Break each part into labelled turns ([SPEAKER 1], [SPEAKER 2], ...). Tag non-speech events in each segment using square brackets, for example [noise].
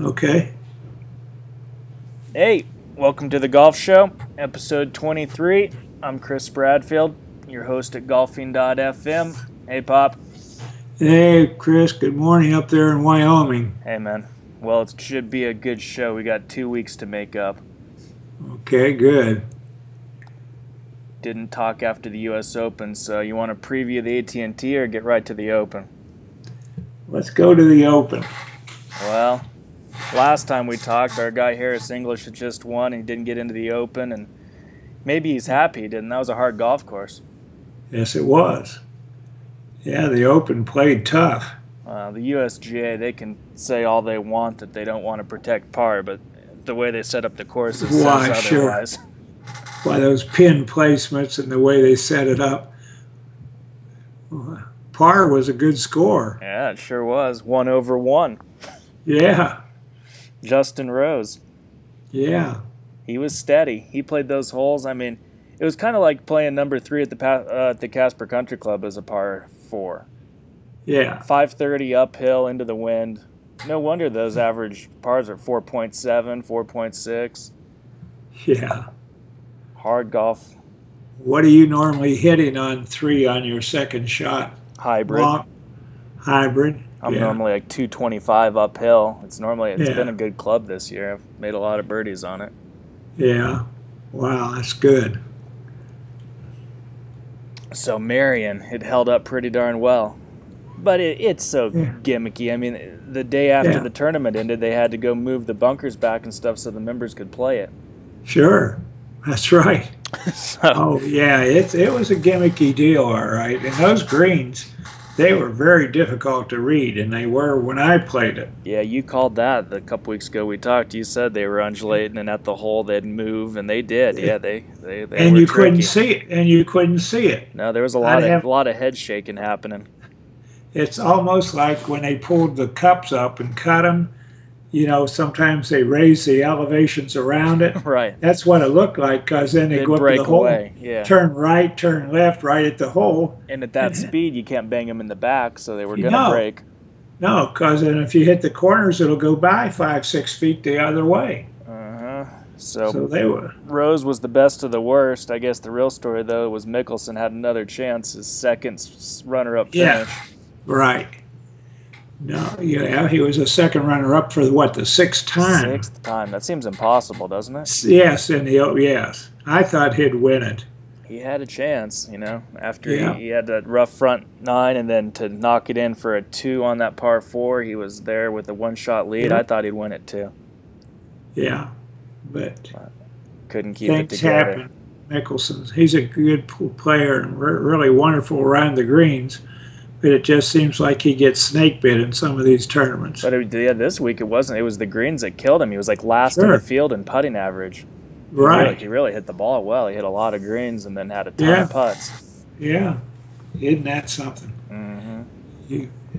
[SPEAKER 1] Okay.
[SPEAKER 2] Hey, welcome to the Golf Show, episode 23. I'm Chris Bradfield, your host at golfing.fm. Hey, Pop.
[SPEAKER 1] Hey, Chris, good morning up there in Wyoming.
[SPEAKER 2] Hey, man. Well, it should be a good show. We got two weeks to make up.
[SPEAKER 1] Okay, good.
[SPEAKER 2] Didn't talk after the U.S. Open, so you want to preview the AT&T or get right to the Open?
[SPEAKER 1] Let's go to the Open.
[SPEAKER 2] Well, last time we talked, our guy Harris English had just won. He didn't get into the Open, and maybe he's happy he didn't. That was a hard golf course.
[SPEAKER 1] Yes, it was. Yeah, the Open played tough.
[SPEAKER 2] Uh, the USGA, they can say all they want that they don't want to protect par, but the way they set up the courses says
[SPEAKER 1] Why, sure.
[SPEAKER 2] otherwise.
[SPEAKER 1] By those pin placements and the way they set it up. Par was a good score.
[SPEAKER 2] Yeah, it sure was. One over one.
[SPEAKER 1] Yeah,
[SPEAKER 2] Justin Rose.
[SPEAKER 1] yeah.
[SPEAKER 2] He was steady. He played those holes. I mean, it was kind of like playing number three at the pa- uh, at the Casper Country Club as a par four.
[SPEAKER 1] Yeah,
[SPEAKER 2] Five thirty uphill into the wind. No wonder those average pars are 4.7, 4.6.
[SPEAKER 1] yeah.
[SPEAKER 2] Hard golf
[SPEAKER 1] What are you normally hitting on three on your second shot?
[SPEAKER 2] hybrid.
[SPEAKER 1] Long- hybrid.
[SPEAKER 2] I'm
[SPEAKER 1] yeah.
[SPEAKER 2] normally like 225 uphill. It's normally it's
[SPEAKER 1] Yeah.
[SPEAKER 2] been a good club this year. I've made a lot of birdies on it.
[SPEAKER 1] yeah. Wow, that's good.
[SPEAKER 2] So Marion, it held up pretty darn well, but it, it's so
[SPEAKER 1] Yeah.
[SPEAKER 2] gimmicky. I mean, the day after
[SPEAKER 1] Yeah.
[SPEAKER 2] the tournament ended, they had to go move the bunkers back and stuff so the members could play it. [laughs]
[SPEAKER 1] Sure. That's right.
[SPEAKER 2] so
[SPEAKER 1] [laughs] Oh yeah, it it was a gimmicky deal, all right. And those greens, they were very difficult to read, and they were when I played it.
[SPEAKER 2] yeah, you called that the couple weeks ago we talked. You said they were undulating and at the hole they'd move, and they did. Yeah, they they, they
[SPEAKER 1] and
[SPEAKER 2] were
[SPEAKER 1] you
[SPEAKER 2] tricky.
[SPEAKER 1] couldn't see it, and you couldn't see it.
[SPEAKER 2] No, there was a lot
[SPEAKER 1] I
[SPEAKER 2] of
[SPEAKER 1] have-
[SPEAKER 2] a lot of head shaking happening. [laughs]
[SPEAKER 1] It's almost like when they pulled the cups up and cut them. You know, sometimes they raise the elevations around
[SPEAKER 2] [laughs]
[SPEAKER 1] it.
[SPEAKER 2] Right,
[SPEAKER 1] That's what it looked like, because then they
[SPEAKER 2] they'd
[SPEAKER 1] go up to
[SPEAKER 2] break
[SPEAKER 1] the hole,
[SPEAKER 2] away. Yeah,
[SPEAKER 1] turn right, turn left, right at the hole.
[SPEAKER 2] and at that speed, you can't bang them in the back, so they were gonna
[SPEAKER 1] No.
[SPEAKER 2] break.
[SPEAKER 1] No, because then if you hit the corners, it'll go by five, six feet the other way.
[SPEAKER 2] Uh huh.
[SPEAKER 1] So they were.
[SPEAKER 2] Rose was the best of the worst. I guess the real story though was Mickelson had another chance, his second s- runner-up
[SPEAKER 1] Yeah.
[SPEAKER 2] finish.
[SPEAKER 1] Right. No, yeah, he was a second runner-up for what the sixth time.
[SPEAKER 2] Sixth time. That seems impossible, doesn't it?
[SPEAKER 1] Yes, in the oh, yes, I thought he'd win it.
[SPEAKER 2] He had a chance, you know, after
[SPEAKER 1] Yeah.
[SPEAKER 2] he, he had that rough front nine, and then to knock it in for a two on that par four, he was there with a one-shot lead.
[SPEAKER 1] Yeah.
[SPEAKER 2] I thought he'd win it too.
[SPEAKER 1] Yeah, but
[SPEAKER 2] Couldn't keep it
[SPEAKER 1] things
[SPEAKER 2] together.
[SPEAKER 1] happen. Mickelson, he's a good pool player and re- really wonderful around the greens, but it just seems like he gets snake bit in some of these tournaments.
[SPEAKER 2] But it, yeah, this week it wasn't. It was the greens that killed him. He was like last in
[SPEAKER 1] Sure.
[SPEAKER 2] the field in putting average. He really-
[SPEAKER 1] right?
[SPEAKER 2] he really hit the ball well. He hit a lot of greens and then had a ton
[SPEAKER 1] Yeah.
[SPEAKER 2] of putts.
[SPEAKER 1] Yeah, isn't that something?
[SPEAKER 2] hmm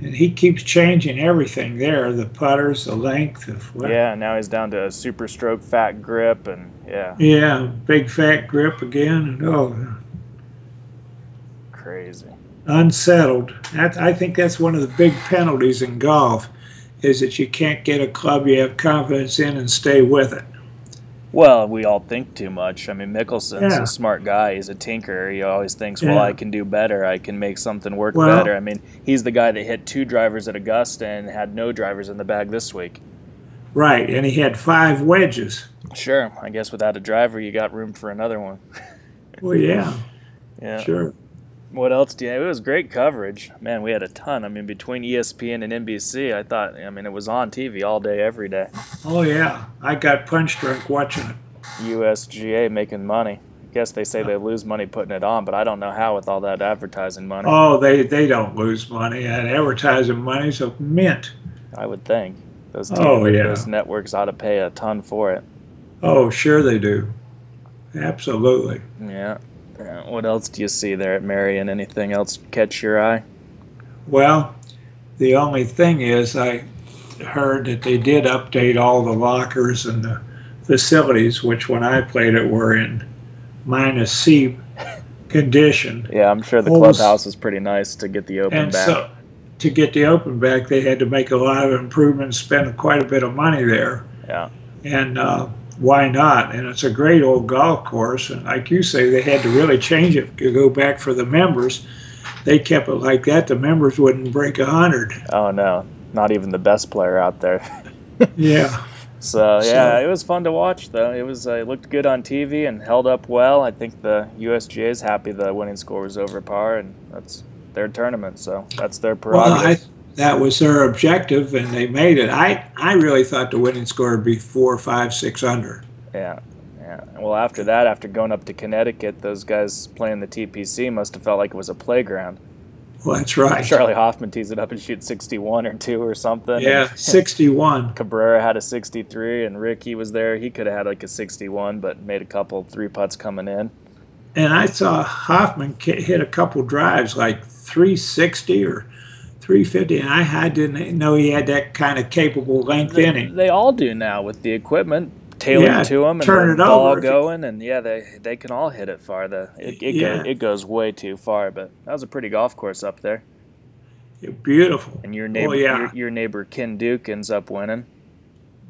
[SPEAKER 1] And he keeps changing everything there: the putters, the length of what.
[SPEAKER 2] Yeah, now he's down to a super stroke fat grip and yeah,
[SPEAKER 1] Yeah, big fat grip again, and oh,
[SPEAKER 2] crazy.
[SPEAKER 1] unsettled. That, I think that's one of the big penalties in golf, is that you can't get a club you have confidence in and stay with it.
[SPEAKER 2] Well, we all think too much. I mean, Mickelson's
[SPEAKER 1] Yeah.
[SPEAKER 2] a smart guy. He's a tinker. He always thinks, well,
[SPEAKER 1] Yeah.
[SPEAKER 2] I can do better. I can make something work
[SPEAKER 1] Well-
[SPEAKER 2] better. I mean, he's the guy that hit two drivers at Augusta and had no drivers in the bag this week.
[SPEAKER 1] Right, and he had five wedges.
[SPEAKER 2] Sure, I guess without a driver, you got room for another one.
[SPEAKER 1] Well, yeah,
[SPEAKER 2] Yeah.
[SPEAKER 1] sure.
[SPEAKER 2] What else do you It was great coverage. Man, we had a ton. I mean, between E ESPN and NBC, I thought, I mean, it was on TV all day, every day.
[SPEAKER 1] Oh, yeah. I got punch drunk watching it.
[SPEAKER 2] USGA making money. I guess they say they lose money putting it on, but I don't know how with all that advertising money.
[SPEAKER 1] Oh, they, they don't lose money. And advertising money's a mint.
[SPEAKER 2] I would think those TV,
[SPEAKER 1] Oh, yeah.
[SPEAKER 2] those networks ought to pay a ton for it.
[SPEAKER 1] Oh, sure they do. Absolutely.
[SPEAKER 2] Yeah. Yeah. What else do you see there at Marion? Anything else catch your eye?
[SPEAKER 1] Well, the only thing is, I heard that they did update all the lockers and the facilities, which when I played it were in minus C condition.
[SPEAKER 2] Yeah, I'm sure the
[SPEAKER 1] Holes.
[SPEAKER 2] clubhouse is pretty nice to get the open
[SPEAKER 1] And
[SPEAKER 2] back.
[SPEAKER 1] so, to get the open back, they had to make a lot of improvements, spend quite a bit of money there.
[SPEAKER 2] Yeah.
[SPEAKER 1] And uh, why not? And it's a great old golf course. And like you say, they had to really change it to go back for the members. They kept it like that. The members wouldn't break a hundred.
[SPEAKER 2] Oh no, not even the best player out there.
[SPEAKER 1] Yeah.
[SPEAKER 2] So yeah,
[SPEAKER 1] So-
[SPEAKER 2] it was fun to watch though. It was uh, it looked good on TV and held up well. I think the USGA is happy the winning score was over par, and that's their tournament, so that's their
[SPEAKER 1] Well,
[SPEAKER 2] prerogative.
[SPEAKER 1] I, that was their objective, and they made it. I I really thought the winning score would be four, five, six under.
[SPEAKER 2] Yeah, yeah. Well, after that, after going up to Connecticut, those guys playing the TPC must have felt like it was a playground.
[SPEAKER 1] Well, that's right.
[SPEAKER 2] Charlie Hoffman tees it up and shoots 61 or two or something.
[SPEAKER 1] Yeah, sixty-one.
[SPEAKER 2] [laughs] Cabrera had a 63, and Ricky was there. He could have had like a 61, but made a couple three putts coming in.
[SPEAKER 1] and I saw Hoffman ki- hit a couple drives like 360 or 350, and I, I didn't know he had that kind of capable length in
[SPEAKER 2] [laughs]
[SPEAKER 1] him.
[SPEAKER 2] They all do now with the equipment tailored
[SPEAKER 1] Yeah,
[SPEAKER 2] to them and
[SPEAKER 1] turn
[SPEAKER 2] the
[SPEAKER 1] it
[SPEAKER 2] ball
[SPEAKER 1] over if you-
[SPEAKER 2] going, and yeah, they they can all hit it far. The it it,
[SPEAKER 1] Yeah.
[SPEAKER 2] go, it goes way too far, but that was a pretty golf course up there.
[SPEAKER 1] Beautiful
[SPEAKER 2] And your neighbor,
[SPEAKER 1] yeah.
[SPEAKER 2] your, your neighbor Ken Duke ends up winning.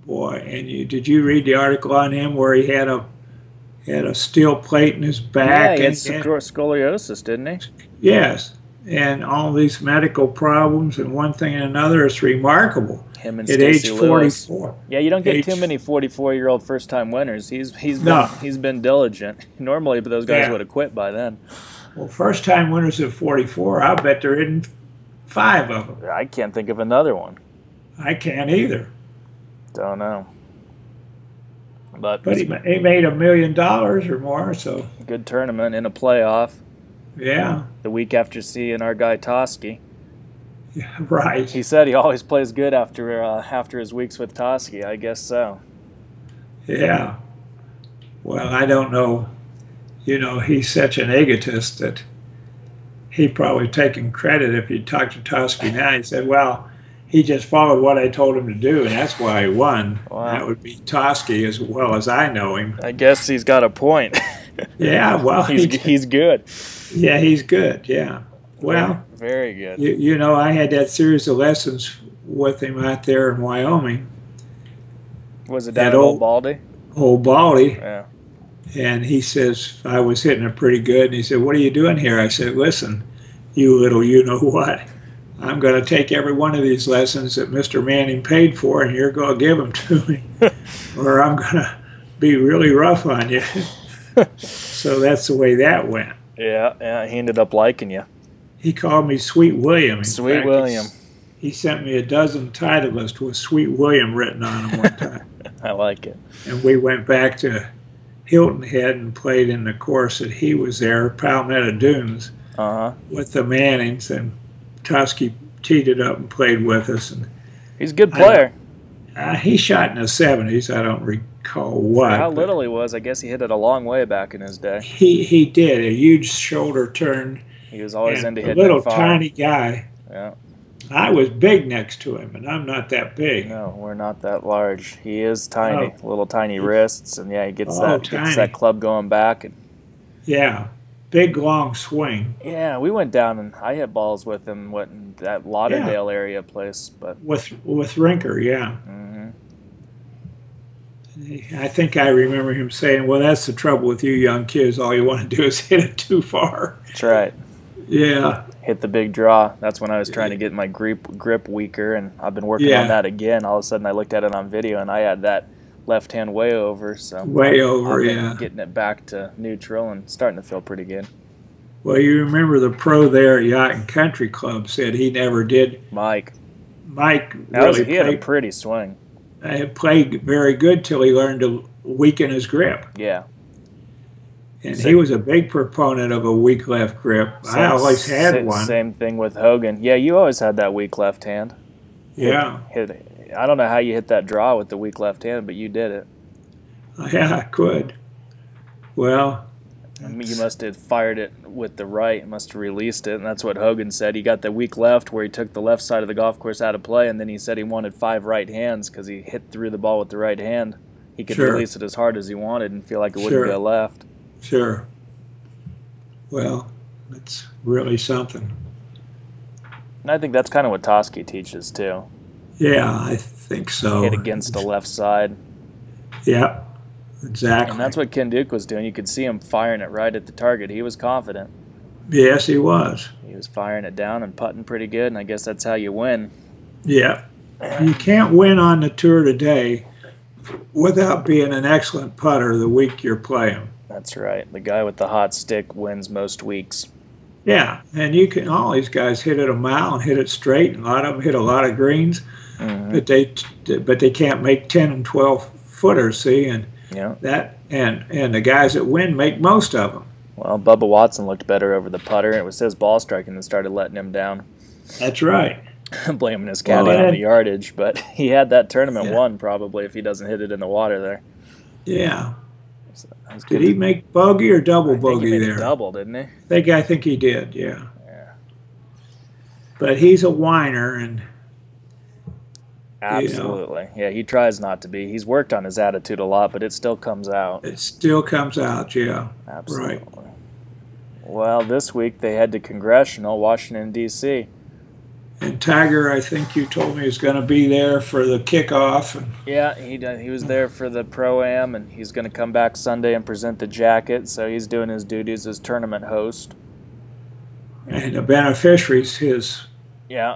[SPEAKER 1] boy. And you, did you read the article on him where he had a had a steel plate in his
[SPEAKER 2] Yeah,
[SPEAKER 1] back?
[SPEAKER 2] he had
[SPEAKER 1] and,
[SPEAKER 2] scro-
[SPEAKER 1] and-
[SPEAKER 2] scoliosis, didn't he?
[SPEAKER 1] yes, and all these medical problems and one thing and another. It's remarkable.
[SPEAKER 2] Him and
[SPEAKER 1] At
[SPEAKER 2] Stacy
[SPEAKER 1] age
[SPEAKER 2] Lewis.
[SPEAKER 1] 44,
[SPEAKER 2] Yeah, you don't get too
[SPEAKER 1] age-
[SPEAKER 2] many 44-year-old first-time winners. He's he's been,
[SPEAKER 1] No.
[SPEAKER 2] he's been diligent. [laughs] Normally, but those guys
[SPEAKER 1] Yeah.
[SPEAKER 2] would have quit by then.
[SPEAKER 1] well, first time winners at 44. I bet there isn't five of them.
[SPEAKER 2] I can't think of another one.
[SPEAKER 1] I can't either.
[SPEAKER 2] Don't know. But,
[SPEAKER 1] But he, ma- he made a million dollars or more, so
[SPEAKER 2] good tournament in a playoff.
[SPEAKER 1] yeah, [laughs]
[SPEAKER 2] The week after seeing our guy Toski,
[SPEAKER 1] yeah, right.
[SPEAKER 2] he said he always plays good after uh, after his weeks with Toski. I guess so.
[SPEAKER 1] Yeah. Well, I don't know. You know, he's such an egotist that he probably taken credit if he talked to Toski now. He said, "Well, he just followed what I told him to do, and that's why he won."
[SPEAKER 2] Wow.
[SPEAKER 1] That would be Toski as well as I know him.
[SPEAKER 2] I guess he's got a point. [laughs]
[SPEAKER 1] Yeah. Well, [laughs]
[SPEAKER 2] he's
[SPEAKER 1] he-
[SPEAKER 2] he's good.
[SPEAKER 1] yeah, he's good. Yeah. Well,
[SPEAKER 2] very good.
[SPEAKER 1] You, you know, I had that series of lessons with him out there in Wyoming,
[SPEAKER 2] Was it
[SPEAKER 1] That
[SPEAKER 2] down at Old
[SPEAKER 1] old-
[SPEAKER 2] Baldy?
[SPEAKER 1] old Baldy.
[SPEAKER 2] Yeah. [laughs]
[SPEAKER 1] And he says, I was hitting it pretty good. And he said, What are you doing here? I said, Listen, you little you know what. I'm going to take every one of these lessons that Mr. Manning paid for and you're going to give them to
[SPEAKER 2] [laughs]
[SPEAKER 1] me, or I'm going to be really rough on you. so that's the way that went.
[SPEAKER 2] Yeah, yeah, he ended up liking you.
[SPEAKER 1] He called me Sweet William. In
[SPEAKER 2] Sweet
[SPEAKER 1] fact, he-
[SPEAKER 2] William.
[SPEAKER 1] He sent me a dozen Titleist with Sweet William written on them one
[SPEAKER 2] [laughs]
[SPEAKER 1] time.
[SPEAKER 2] I like it.
[SPEAKER 1] and we went back to Hilton Head and played in the course that he was there, Palmetto Dunes.
[SPEAKER 2] Uh huh.
[SPEAKER 1] with the Mannings, and Toski teed it up and played with us. And
[SPEAKER 2] He's a good
[SPEAKER 1] I don't-
[SPEAKER 2] player.
[SPEAKER 1] uh, he shot in the seventies. I don't recall what.
[SPEAKER 2] How
[SPEAKER 1] but
[SPEAKER 2] little he was, I guess he hit it a long way back in his day.
[SPEAKER 1] He he did a huge shoulder turn.
[SPEAKER 2] He was always
[SPEAKER 1] and
[SPEAKER 2] Oh, into
[SPEAKER 1] a
[SPEAKER 2] hitting
[SPEAKER 1] little
[SPEAKER 2] it far.
[SPEAKER 1] tiny guy.
[SPEAKER 2] Yeah.
[SPEAKER 1] I was big next to him, and I'm not that big.
[SPEAKER 2] No, we're not that large. He is tiny, little tiny wrists, and yeah, he gets
[SPEAKER 1] Oh,
[SPEAKER 2] that gets
[SPEAKER 1] tiny.
[SPEAKER 2] that club going back. And
[SPEAKER 1] Yeah, big long swing
[SPEAKER 2] yeah, we went down and I hit balls with him. What in that Lauderdale area place, but
[SPEAKER 1] with with Rinker. Yeah,
[SPEAKER 2] mhm.
[SPEAKER 1] I think I remember him saying, "Well, that's the trouble with you young kids. All you want to do is [laughs] hit it too far."
[SPEAKER 2] that's right.
[SPEAKER 1] Yeah,
[SPEAKER 2] hit the big draw. That's when I was trying to get my grip grip weaker, and I've been working
[SPEAKER 1] Yeah.
[SPEAKER 2] on that again. All of a sudden, I looked at it on video, and I had that left hand way over. So
[SPEAKER 1] way
[SPEAKER 2] I've
[SPEAKER 1] over.
[SPEAKER 2] been
[SPEAKER 1] Yeah.
[SPEAKER 2] getting it back to neutral and starting to feel pretty good.
[SPEAKER 1] Well, you remember the pro there, at Yacht and Country Club, said he never did.
[SPEAKER 2] Mike,
[SPEAKER 1] Mike
[SPEAKER 2] that was,
[SPEAKER 1] really
[SPEAKER 2] he had a
[SPEAKER 1] played,
[SPEAKER 2] pretty swing.
[SPEAKER 1] uh, played very good till he learned to weaken his grip.
[SPEAKER 2] Yeah,
[SPEAKER 1] And
[SPEAKER 2] Sa-
[SPEAKER 1] he was a big proponent of a weak left grip. I always had
[SPEAKER 2] sa-
[SPEAKER 1] one.
[SPEAKER 2] Same thing with Hogan. Yeah, you always had that weak left hand.
[SPEAKER 1] Yeah.
[SPEAKER 2] Hit. I don't know how you hit that draw with the weak left hand, but you did it.
[SPEAKER 1] Yeah, I could. Well,
[SPEAKER 2] I mean, you must have fired it with the right, must have released it, and that's what Hogan said. He got the weak left where he took the left side of the golf course out of play, and then he said he wanted five right hands because he hit through the ball with the right hand. He could
[SPEAKER 1] Sure.
[SPEAKER 2] release it as hard as he wanted and feel like it wouldn't
[SPEAKER 1] Sure.
[SPEAKER 2] go left.
[SPEAKER 1] sure. Well, that's really something.
[SPEAKER 2] And I think that's kind of what Toski teaches too.
[SPEAKER 1] Yeah, I think so.
[SPEAKER 2] Hit against the left side.
[SPEAKER 1] Yep, exactly.
[SPEAKER 2] And that's what Ken Duke was doing. You could see him firing it right at the target. He was confident.
[SPEAKER 1] yes, he was.
[SPEAKER 2] He was firing it down and putting pretty good, and I guess that's how you win.
[SPEAKER 1] Yeah. You can't win on the tour today without being an excellent putter the week you're playing.
[SPEAKER 2] That's right. The guy with the hot stick wins most weeks.
[SPEAKER 1] Yeah, and you can all these guys hit it a mile and hit it straight, and a lot of them hit a lot of greens,
[SPEAKER 2] Mhm.
[SPEAKER 1] but they but they can't make ten and twelve footers. See, and
[SPEAKER 2] Yeah.
[SPEAKER 1] that and and the guys that win make most of them.
[SPEAKER 2] Well, Bubba Watson looked better over the putter. It was his ball striking that started letting him down. [laughs]
[SPEAKER 1] That's right.
[SPEAKER 2] Blaming his caddy
[SPEAKER 1] Well,
[SPEAKER 2] on the
[SPEAKER 1] and-
[SPEAKER 2] yardage, but [laughs] he had that tournament
[SPEAKER 1] Yeah.
[SPEAKER 2] won probably if he doesn't hit it in the water there.
[SPEAKER 1] Yeah.
[SPEAKER 2] So that was
[SPEAKER 1] Did
[SPEAKER 2] good.
[SPEAKER 1] he make bogey or double
[SPEAKER 2] I think he
[SPEAKER 1] bogey
[SPEAKER 2] made a
[SPEAKER 1] there? I
[SPEAKER 2] double, didn't he?
[SPEAKER 1] think I think he did. Yeah.
[SPEAKER 2] Yeah.
[SPEAKER 1] But he's a whiner, and
[SPEAKER 2] Absolutely. Yeah, he tries not to be. He's worked on his attitude a lot, but it still comes out.
[SPEAKER 1] it still comes out. Yeah.
[SPEAKER 2] Absolutely. Well, this week they head to Congressional, Washington, D.C.
[SPEAKER 1] And Tiger, I think you told me is going to be there for the kickoff. And
[SPEAKER 2] Yeah, he done- he was there for the pro am, and he's going to come back Sunday and present the jacket. So he's doing his duties as tournament host.
[SPEAKER 1] and the beneficiaries his
[SPEAKER 2] Yeah,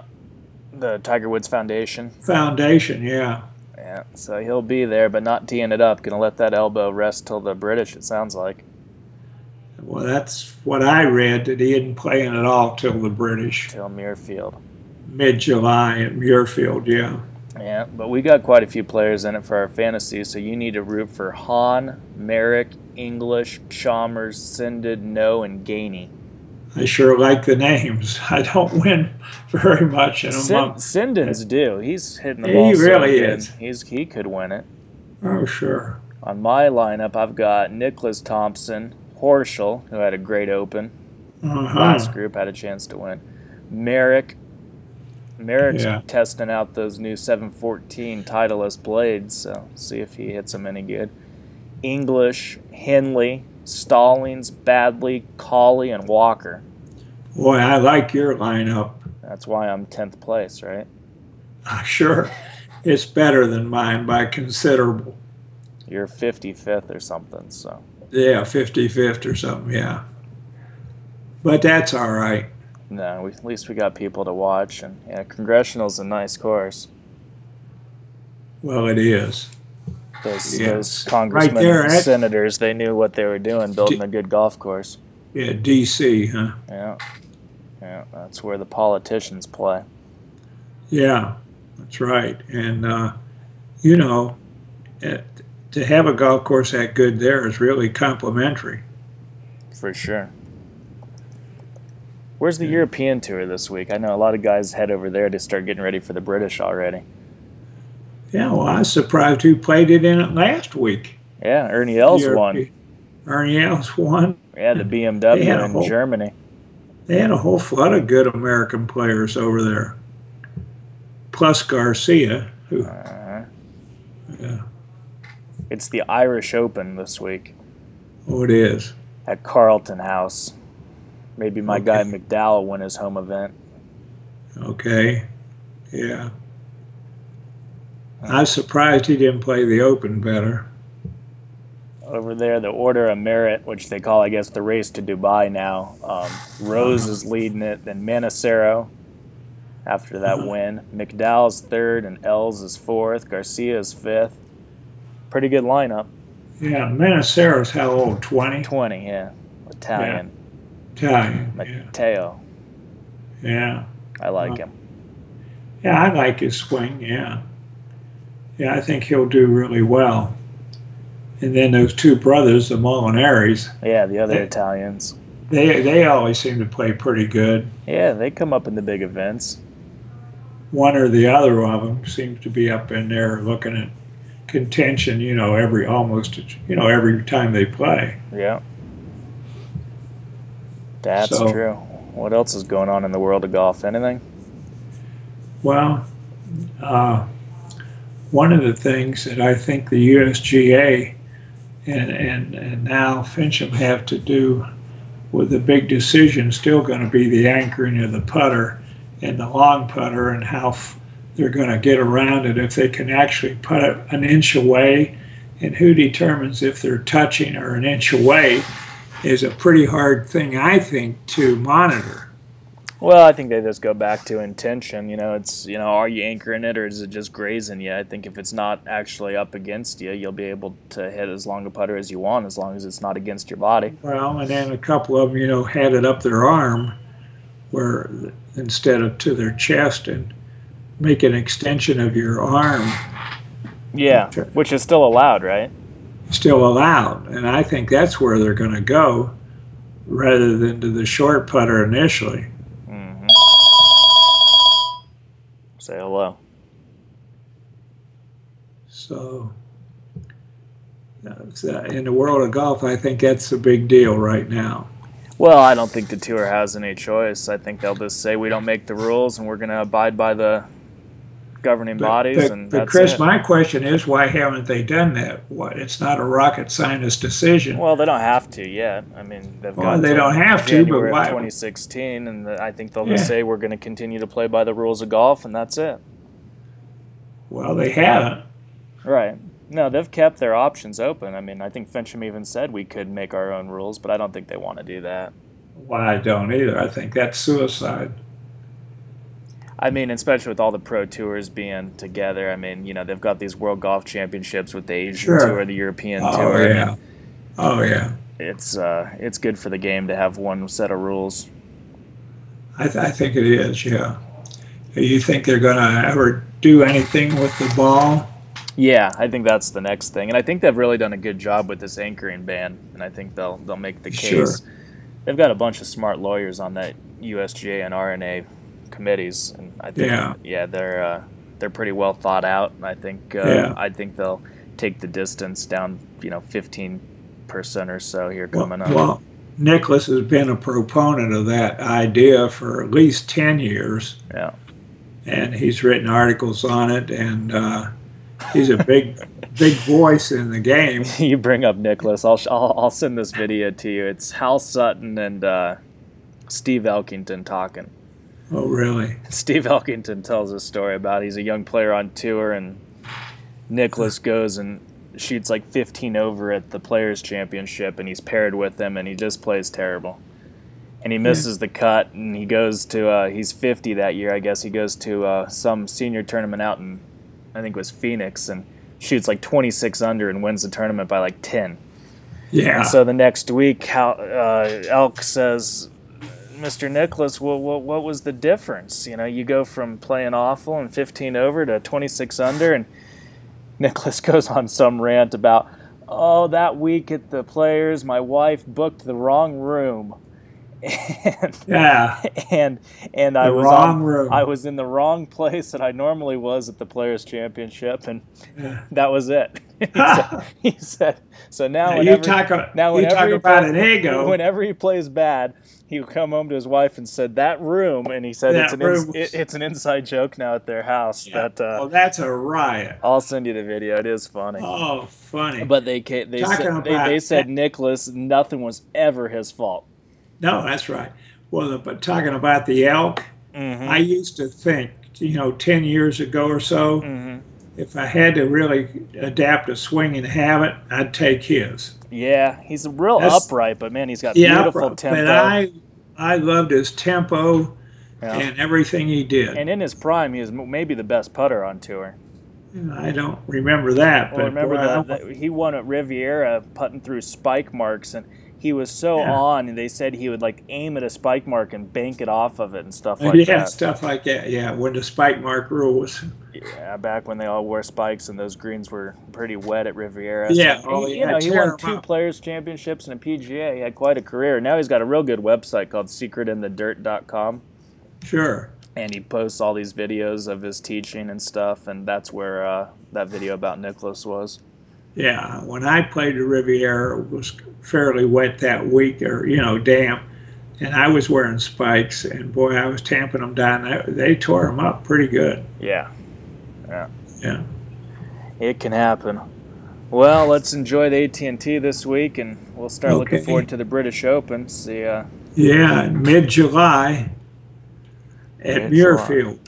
[SPEAKER 2] the Tiger Woods Foundation.
[SPEAKER 1] foundation yeah
[SPEAKER 2] Yeah, so he'll be there, but not teeing it up. Going to let that elbow rest till the British. It sounds like.
[SPEAKER 1] well that's what i read that he isn't playing at all till the british
[SPEAKER 2] Till Muirfield.
[SPEAKER 1] mid-july at muirfield yeah
[SPEAKER 2] Yeah, but we got quite a few players in it for our fantasy, so you need to root for Hahn, Merrick, English, Chalmers, Sinded, No, and Gainey.
[SPEAKER 1] i sure like the names [laughs] i don't win very much in a
[SPEAKER 2] Sin-
[SPEAKER 1] month
[SPEAKER 2] Sinden's due. He's hitting the
[SPEAKER 1] He
[SPEAKER 2] ball. so
[SPEAKER 1] really
[SPEAKER 2] good.
[SPEAKER 1] is.
[SPEAKER 2] He's he could win it.
[SPEAKER 1] oh sure
[SPEAKER 2] On my lineup, I've got Nicholas Thompson, Horschel, who had a great open. Last
[SPEAKER 1] uh-huh.
[SPEAKER 2] group had a chance to win. Merrick. Merrick's
[SPEAKER 1] Yeah.
[SPEAKER 2] testing out those new 714 Titleist blades, so see if he hits them any good. English, Henley, Stallings, Badley, Colley, and Walker.
[SPEAKER 1] boy i like your lineup [laughs]
[SPEAKER 2] That's why I'm 10th place, right?
[SPEAKER 1] sure it's better than mine by considerable
[SPEAKER 2] You're 55th or something, so.
[SPEAKER 1] yeah 55th or something yeah but that's all right
[SPEAKER 2] No, we, at least we got people to watch, and yeah, Congressional's a nice course.
[SPEAKER 1] well it is
[SPEAKER 2] Those,
[SPEAKER 1] Yeah.
[SPEAKER 2] those congressmen
[SPEAKER 1] there,
[SPEAKER 2] and
[SPEAKER 1] Ed.
[SPEAKER 2] senators, they knew what they were doing, building a good golf course.
[SPEAKER 1] yeah dc huh
[SPEAKER 2] Yeah. Yeah, that's where the politicians play.
[SPEAKER 1] Yeah, that's right. And, uh, you know, it, to have a golf course that good there is really complimentary.
[SPEAKER 2] For sure. Where's
[SPEAKER 1] Hmm.
[SPEAKER 2] the European tour this week? I know a lot of guys head over there to start getting ready for the British already.
[SPEAKER 1] Yeah, well, I was surprised who played it in it last week.
[SPEAKER 2] Yeah, Ernie Els
[SPEAKER 1] Europe-
[SPEAKER 2] won.
[SPEAKER 1] Ernie Els won.
[SPEAKER 2] Yeah, the BMW
[SPEAKER 1] Yeah,
[SPEAKER 2] in
[SPEAKER 1] well-
[SPEAKER 2] Germany.
[SPEAKER 1] They had a whole flood of good American players over there. Plus Garcia, who,
[SPEAKER 2] uh
[SPEAKER 1] Yeah.
[SPEAKER 2] It's the Irish Open this week
[SPEAKER 1] oh, it is.
[SPEAKER 2] at Carlton House. Maybe my
[SPEAKER 1] Okay.
[SPEAKER 2] guy McDowell will win his home event.
[SPEAKER 1] Okay. Yeah. I was surprised he didn't play the Open better.
[SPEAKER 2] over there, the Order of Merit, which they call, I guess, the race to Dubai now. Um, Rose is leading it, then Manicero after that
[SPEAKER 1] Uh-huh.
[SPEAKER 2] win. McDowell's third, and Ells is fourth. Garcia is fifth. Pretty good lineup.
[SPEAKER 1] Yeah, Manicero's how old? 20?
[SPEAKER 2] 20, yeah. Italian.
[SPEAKER 1] Italian. Yeah.
[SPEAKER 2] Matteo.
[SPEAKER 1] Yeah.
[SPEAKER 2] I like
[SPEAKER 1] Wow.
[SPEAKER 2] him.
[SPEAKER 1] Yeah, I like his swing. Yeah. Yeah, I think he'll do really well. And then those two brothers, the Molinaris,
[SPEAKER 2] Yeah, the other
[SPEAKER 1] Yeah.
[SPEAKER 2] Italians.
[SPEAKER 1] they they always seem to play pretty good.
[SPEAKER 2] Yeah, they come up in the big events.
[SPEAKER 1] One or the other of them seems to be up in there looking at contention. You know, every almost you know every time they play.
[SPEAKER 2] Yeah. That's
[SPEAKER 1] So-
[SPEAKER 2] true. What else is going on in the world of golf? Anything?
[SPEAKER 1] Well, uh, one of the things that I think the USGA and, and, and now Fincham have to do with the big decision still going to be the anchoring of the putter in the long putter and how f- they're going to get around it if they can actually put it an inch away. And who determines if they're touching or an inch away is a pretty hard thing, I think, to monitor.
[SPEAKER 2] Well, I think they just go back to intention. You know, it's you know, are you anchoring it or is it just grazing you? I think if it's not actually up against you, you'll be able to hit as long a putter as you want, as long as it's not against your body.
[SPEAKER 1] Well, and then a couple of them, you know, had it up their arm, where instead of to their chest, and make an extension of your arm,
[SPEAKER 2] Yeah,
[SPEAKER 1] Sure.
[SPEAKER 2] which is still allowed, right?
[SPEAKER 1] still allowed. And I think that's where they're going to go, rather than to the short putter initially.
[SPEAKER 2] hmm Say hello.
[SPEAKER 1] So, uh, so in the world of golf, I think that's a big deal right now.
[SPEAKER 2] Well, I don't think the tour has any choice. I think they'll just say we don't make the rules and we're going to abide by the governing bodies,
[SPEAKER 1] but,
[SPEAKER 2] and
[SPEAKER 1] but
[SPEAKER 2] that's
[SPEAKER 1] Chris,
[SPEAKER 2] it.
[SPEAKER 1] my question is, why haven't they done that? What? It's not a rocket scientist decision.
[SPEAKER 2] Well, they don't have to yet. I mean, they've
[SPEAKER 1] Well,
[SPEAKER 2] got
[SPEAKER 1] they
[SPEAKER 2] to
[SPEAKER 1] don't have to, but
[SPEAKER 2] January of
[SPEAKER 1] why-
[SPEAKER 2] 2016, and the, I think they'll just
[SPEAKER 1] Yeah.
[SPEAKER 2] say we're going to continue to play by the rules of golf, and that's it.
[SPEAKER 1] Well, they haven't.
[SPEAKER 2] Right. No, they've kept their options open. I mean, I think Fincham even said we could make our own rules, but I don't think they want to do that.
[SPEAKER 1] Well, I don't either. I think that's suicide.
[SPEAKER 2] I mean, especially with all the pro tours being together. I mean, you know, they've got these World Golf Championships with the Asian
[SPEAKER 1] Sure.
[SPEAKER 2] Tour, the European
[SPEAKER 1] Oh
[SPEAKER 2] Tour.
[SPEAKER 1] yeah, oh yeah.
[SPEAKER 2] It's uh, it's good for the game to have one set of rules.
[SPEAKER 1] I, th- I think it is. Yeah. Do you think they're going to ever do anything with the ball?
[SPEAKER 2] Yeah, I think that's the next thing, and I think they've really done a good job with this anchoring ban, and I think they'll they'll make the
[SPEAKER 1] Sure.
[SPEAKER 2] case. They've got a bunch of smart lawyers on that USGA and RNA committees, and I think
[SPEAKER 1] Yeah.
[SPEAKER 2] they're uh, they're pretty well thought out, and I think uh,
[SPEAKER 1] Yeah.
[SPEAKER 2] I think they'll take the distance down, you know, fifteen percent or so here
[SPEAKER 1] Well-
[SPEAKER 2] coming up.
[SPEAKER 1] Well, Nicholas has been a proponent of that idea for at least 10 years.
[SPEAKER 2] Yeah.
[SPEAKER 1] And he's written articles on it, and uh, he's a big, [laughs] big voice in the game.
[SPEAKER 2] [laughs] you bring up Nicholas. I'll, sh- I'll I'll send this video to you. It's Hal Sutton and uh, Steve Elkington talking.
[SPEAKER 1] Oh, really?
[SPEAKER 2] [laughs] Steve Elkington tells a story about he's a young player on tour and Nicholas goes and shoots like 15 over at the Players Championship and he's paired with him and he just plays terrible. And he misses the cut and he goes to uh, he's 50 that year I guess he goes to uh, some senior tournament out in I think it was Phoenix and shoots like 26 under and wins the tournament by like 10.
[SPEAKER 1] Yeah.
[SPEAKER 2] And so the next week, how uh, Elk says, "Mr. Nicholas, well, what, what was the difference? You know, you go from playing awful and 15 over to 26 under." And [laughs] Nicholas goes on some rant about, "Oh, that week at the Players, my wife booked the wrong room." [laughs] And,
[SPEAKER 1] yeah.
[SPEAKER 2] and and I
[SPEAKER 1] The
[SPEAKER 2] was
[SPEAKER 1] wrong
[SPEAKER 2] on-
[SPEAKER 1] room.
[SPEAKER 2] I was in the wrong place that I normally was at the Players Championship, and
[SPEAKER 1] Yeah.
[SPEAKER 2] [laughs] that was it.
[SPEAKER 1] [laughs]
[SPEAKER 2] he, said, he said, "So now,
[SPEAKER 1] Now you
[SPEAKER 2] whenever-
[SPEAKER 1] talk, a-
[SPEAKER 2] now
[SPEAKER 1] you
[SPEAKER 2] whenever
[SPEAKER 1] talk
[SPEAKER 2] you
[SPEAKER 1] about
[SPEAKER 2] play-
[SPEAKER 1] an ego.
[SPEAKER 2] whenever he plays bad, he'll come home to his wife and said that room, and he said it's
[SPEAKER 1] That
[SPEAKER 2] an ins-
[SPEAKER 1] room.
[SPEAKER 2] it, it's an inside joke now at their house. That uh,
[SPEAKER 1] well, Oh, that's a riot.
[SPEAKER 2] I'll send you the video. It is funny.
[SPEAKER 1] Oh, funny.
[SPEAKER 2] But they ca- they
[SPEAKER 1] Talking
[SPEAKER 2] said, they,
[SPEAKER 1] about-
[SPEAKER 2] they said Nicholas nothing was ever his fault.
[SPEAKER 1] no, that's right. Well, the, but talking about the elk,
[SPEAKER 2] Mm-hmm.
[SPEAKER 1] I used to think, you know, 10 years ago or so,
[SPEAKER 2] mm-hmm.
[SPEAKER 1] if I had to really adapt a swinging habit, I'd take his.
[SPEAKER 2] Yeah, he's real
[SPEAKER 1] That's-
[SPEAKER 2] upright, but man, he's got
[SPEAKER 1] Yeah,
[SPEAKER 2] beautiful
[SPEAKER 1] but
[SPEAKER 2] tempo.
[SPEAKER 1] I I loved his tempo
[SPEAKER 2] Yeah.
[SPEAKER 1] and everything he did.
[SPEAKER 2] and in his prime, he was m- maybe the best putter on tour.
[SPEAKER 1] I don't remember that,
[SPEAKER 2] Well,
[SPEAKER 1] but
[SPEAKER 2] remember
[SPEAKER 1] boy, I
[SPEAKER 2] that,
[SPEAKER 1] don't-
[SPEAKER 2] that he won at Riviera putting through spike marks, and he was so
[SPEAKER 1] Yeah.
[SPEAKER 2] on. And they said he would like aim at a spike mark and bank it off of it and stuff
[SPEAKER 1] [laughs]
[SPEAKER 2] like
[SPEAKER 1] yeah,
[SPEAKER 2] that.
[SPEAKER 1] stuff like that. Yeah, when the spike mark rule was,
[SPEAKER 2] Yeah, back when they all wore spikes and those greens were pretty wet at Riviera.
[SPEAKER 1] Yeah,
[SPEAKER 2] So,
[SPEAKER 1] oh,
[SPEAKER 2] he- you
[SPEAKER 1] yeah,
[SPEAKER 2] know he
[SPEAKER 1] tear
[SPEAKER 2] won
[SPEAKER 1] 'em
[SPEAKER 2] two
[SPEAKER 1] up.
[SPEAKER 2] players championships and a PGA. He had quite a career. Now he's got a real good website called SecretInTheDirt.com,
[SPEAKER 1] sure.
[SPEAKER 2] and he posts all these videos of his teaching and stuff. And that's where uh, that video about Nicholas was.
[SPEAKER 1] Yeah, when I played the Riviera, it was fairly wet that week, or you know, damp, and I was wearing spikes, and boy, I was tamping them down. They- They tore them up pretty good.
[SPEAKER 2] Yeah.
[SPEAKER 1] Yeah.
[SPEAKER 2] It can happen. Well, let's enjoy the AT and T this week, and we'll start looking
[SPEAKER 1] Okay.
[SPEAKER 2] forward to the British Open. See, uh,
[SPEAKER 1] Yeah, in mid July. at
[SPEAKER 2] It's
[SPEAKER 1] Muirfield.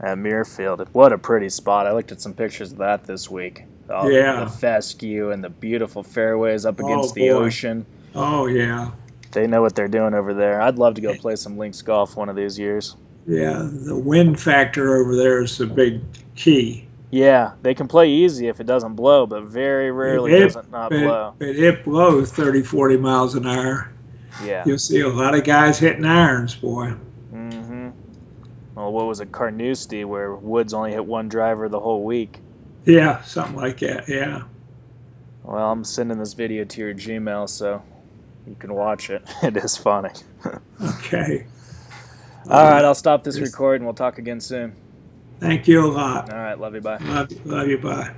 [SPEAKER 2] at Muirfield. What a pretty spot. I looked at some pictures of that this week. Oh,
[SPEAKER 1] Yeah.
[SPEAKER 2] The fescue and the beautiful fairways up
[SPEAKER 1] Oh,
[SPEAKER 2] against the
[SPEAKER 1] boy.
[SPEAKER 2] ocean.
[SPEAKER 1] Oh yeah,
[SPEAKER 2] They know what they're doing over there. I'd love to go play some links golf one of these years.
[SPEAKER 1] yeah. The wind factor over there is the big key.
[SPEAKER 2] Yeah, they can play easy if it doesn't blow, but very rarely
[SPEAKER 1] It-
[SPEAKER 2] does it not
[SPEAKER 1] But,
[SPEAKER 2] blow.
[SPEAKER 1] but it blows 30, 40 miles an hour.
[SPEAKER 2] Yeah.
[SPEAKER 1] You'll see a lot of guys hitting irons, boy.
[SPEAKER 2] Mm-hmm. Well, what was it, Carnoustie, where Woods only hit one driver the whole week?
[SPEAKER 1] Yeah, something like that. Yeah.
[SPEAKER 2] Well, I'm sending this video to your Gmail, so you can watch it. [laughs] It is funny.
[SPEAKER 1] Okay.
[SPEAKER 2] All right, I'll stop this
[SPEAKER 1] Yes.
[SPEAKER 2] record and we'll talk again soon.
[SPEAKER 1] Thank you a lot.
[SPEAKER 2] All right, love you. Bye.
[SPEAKER 1] Love, love you. Bye.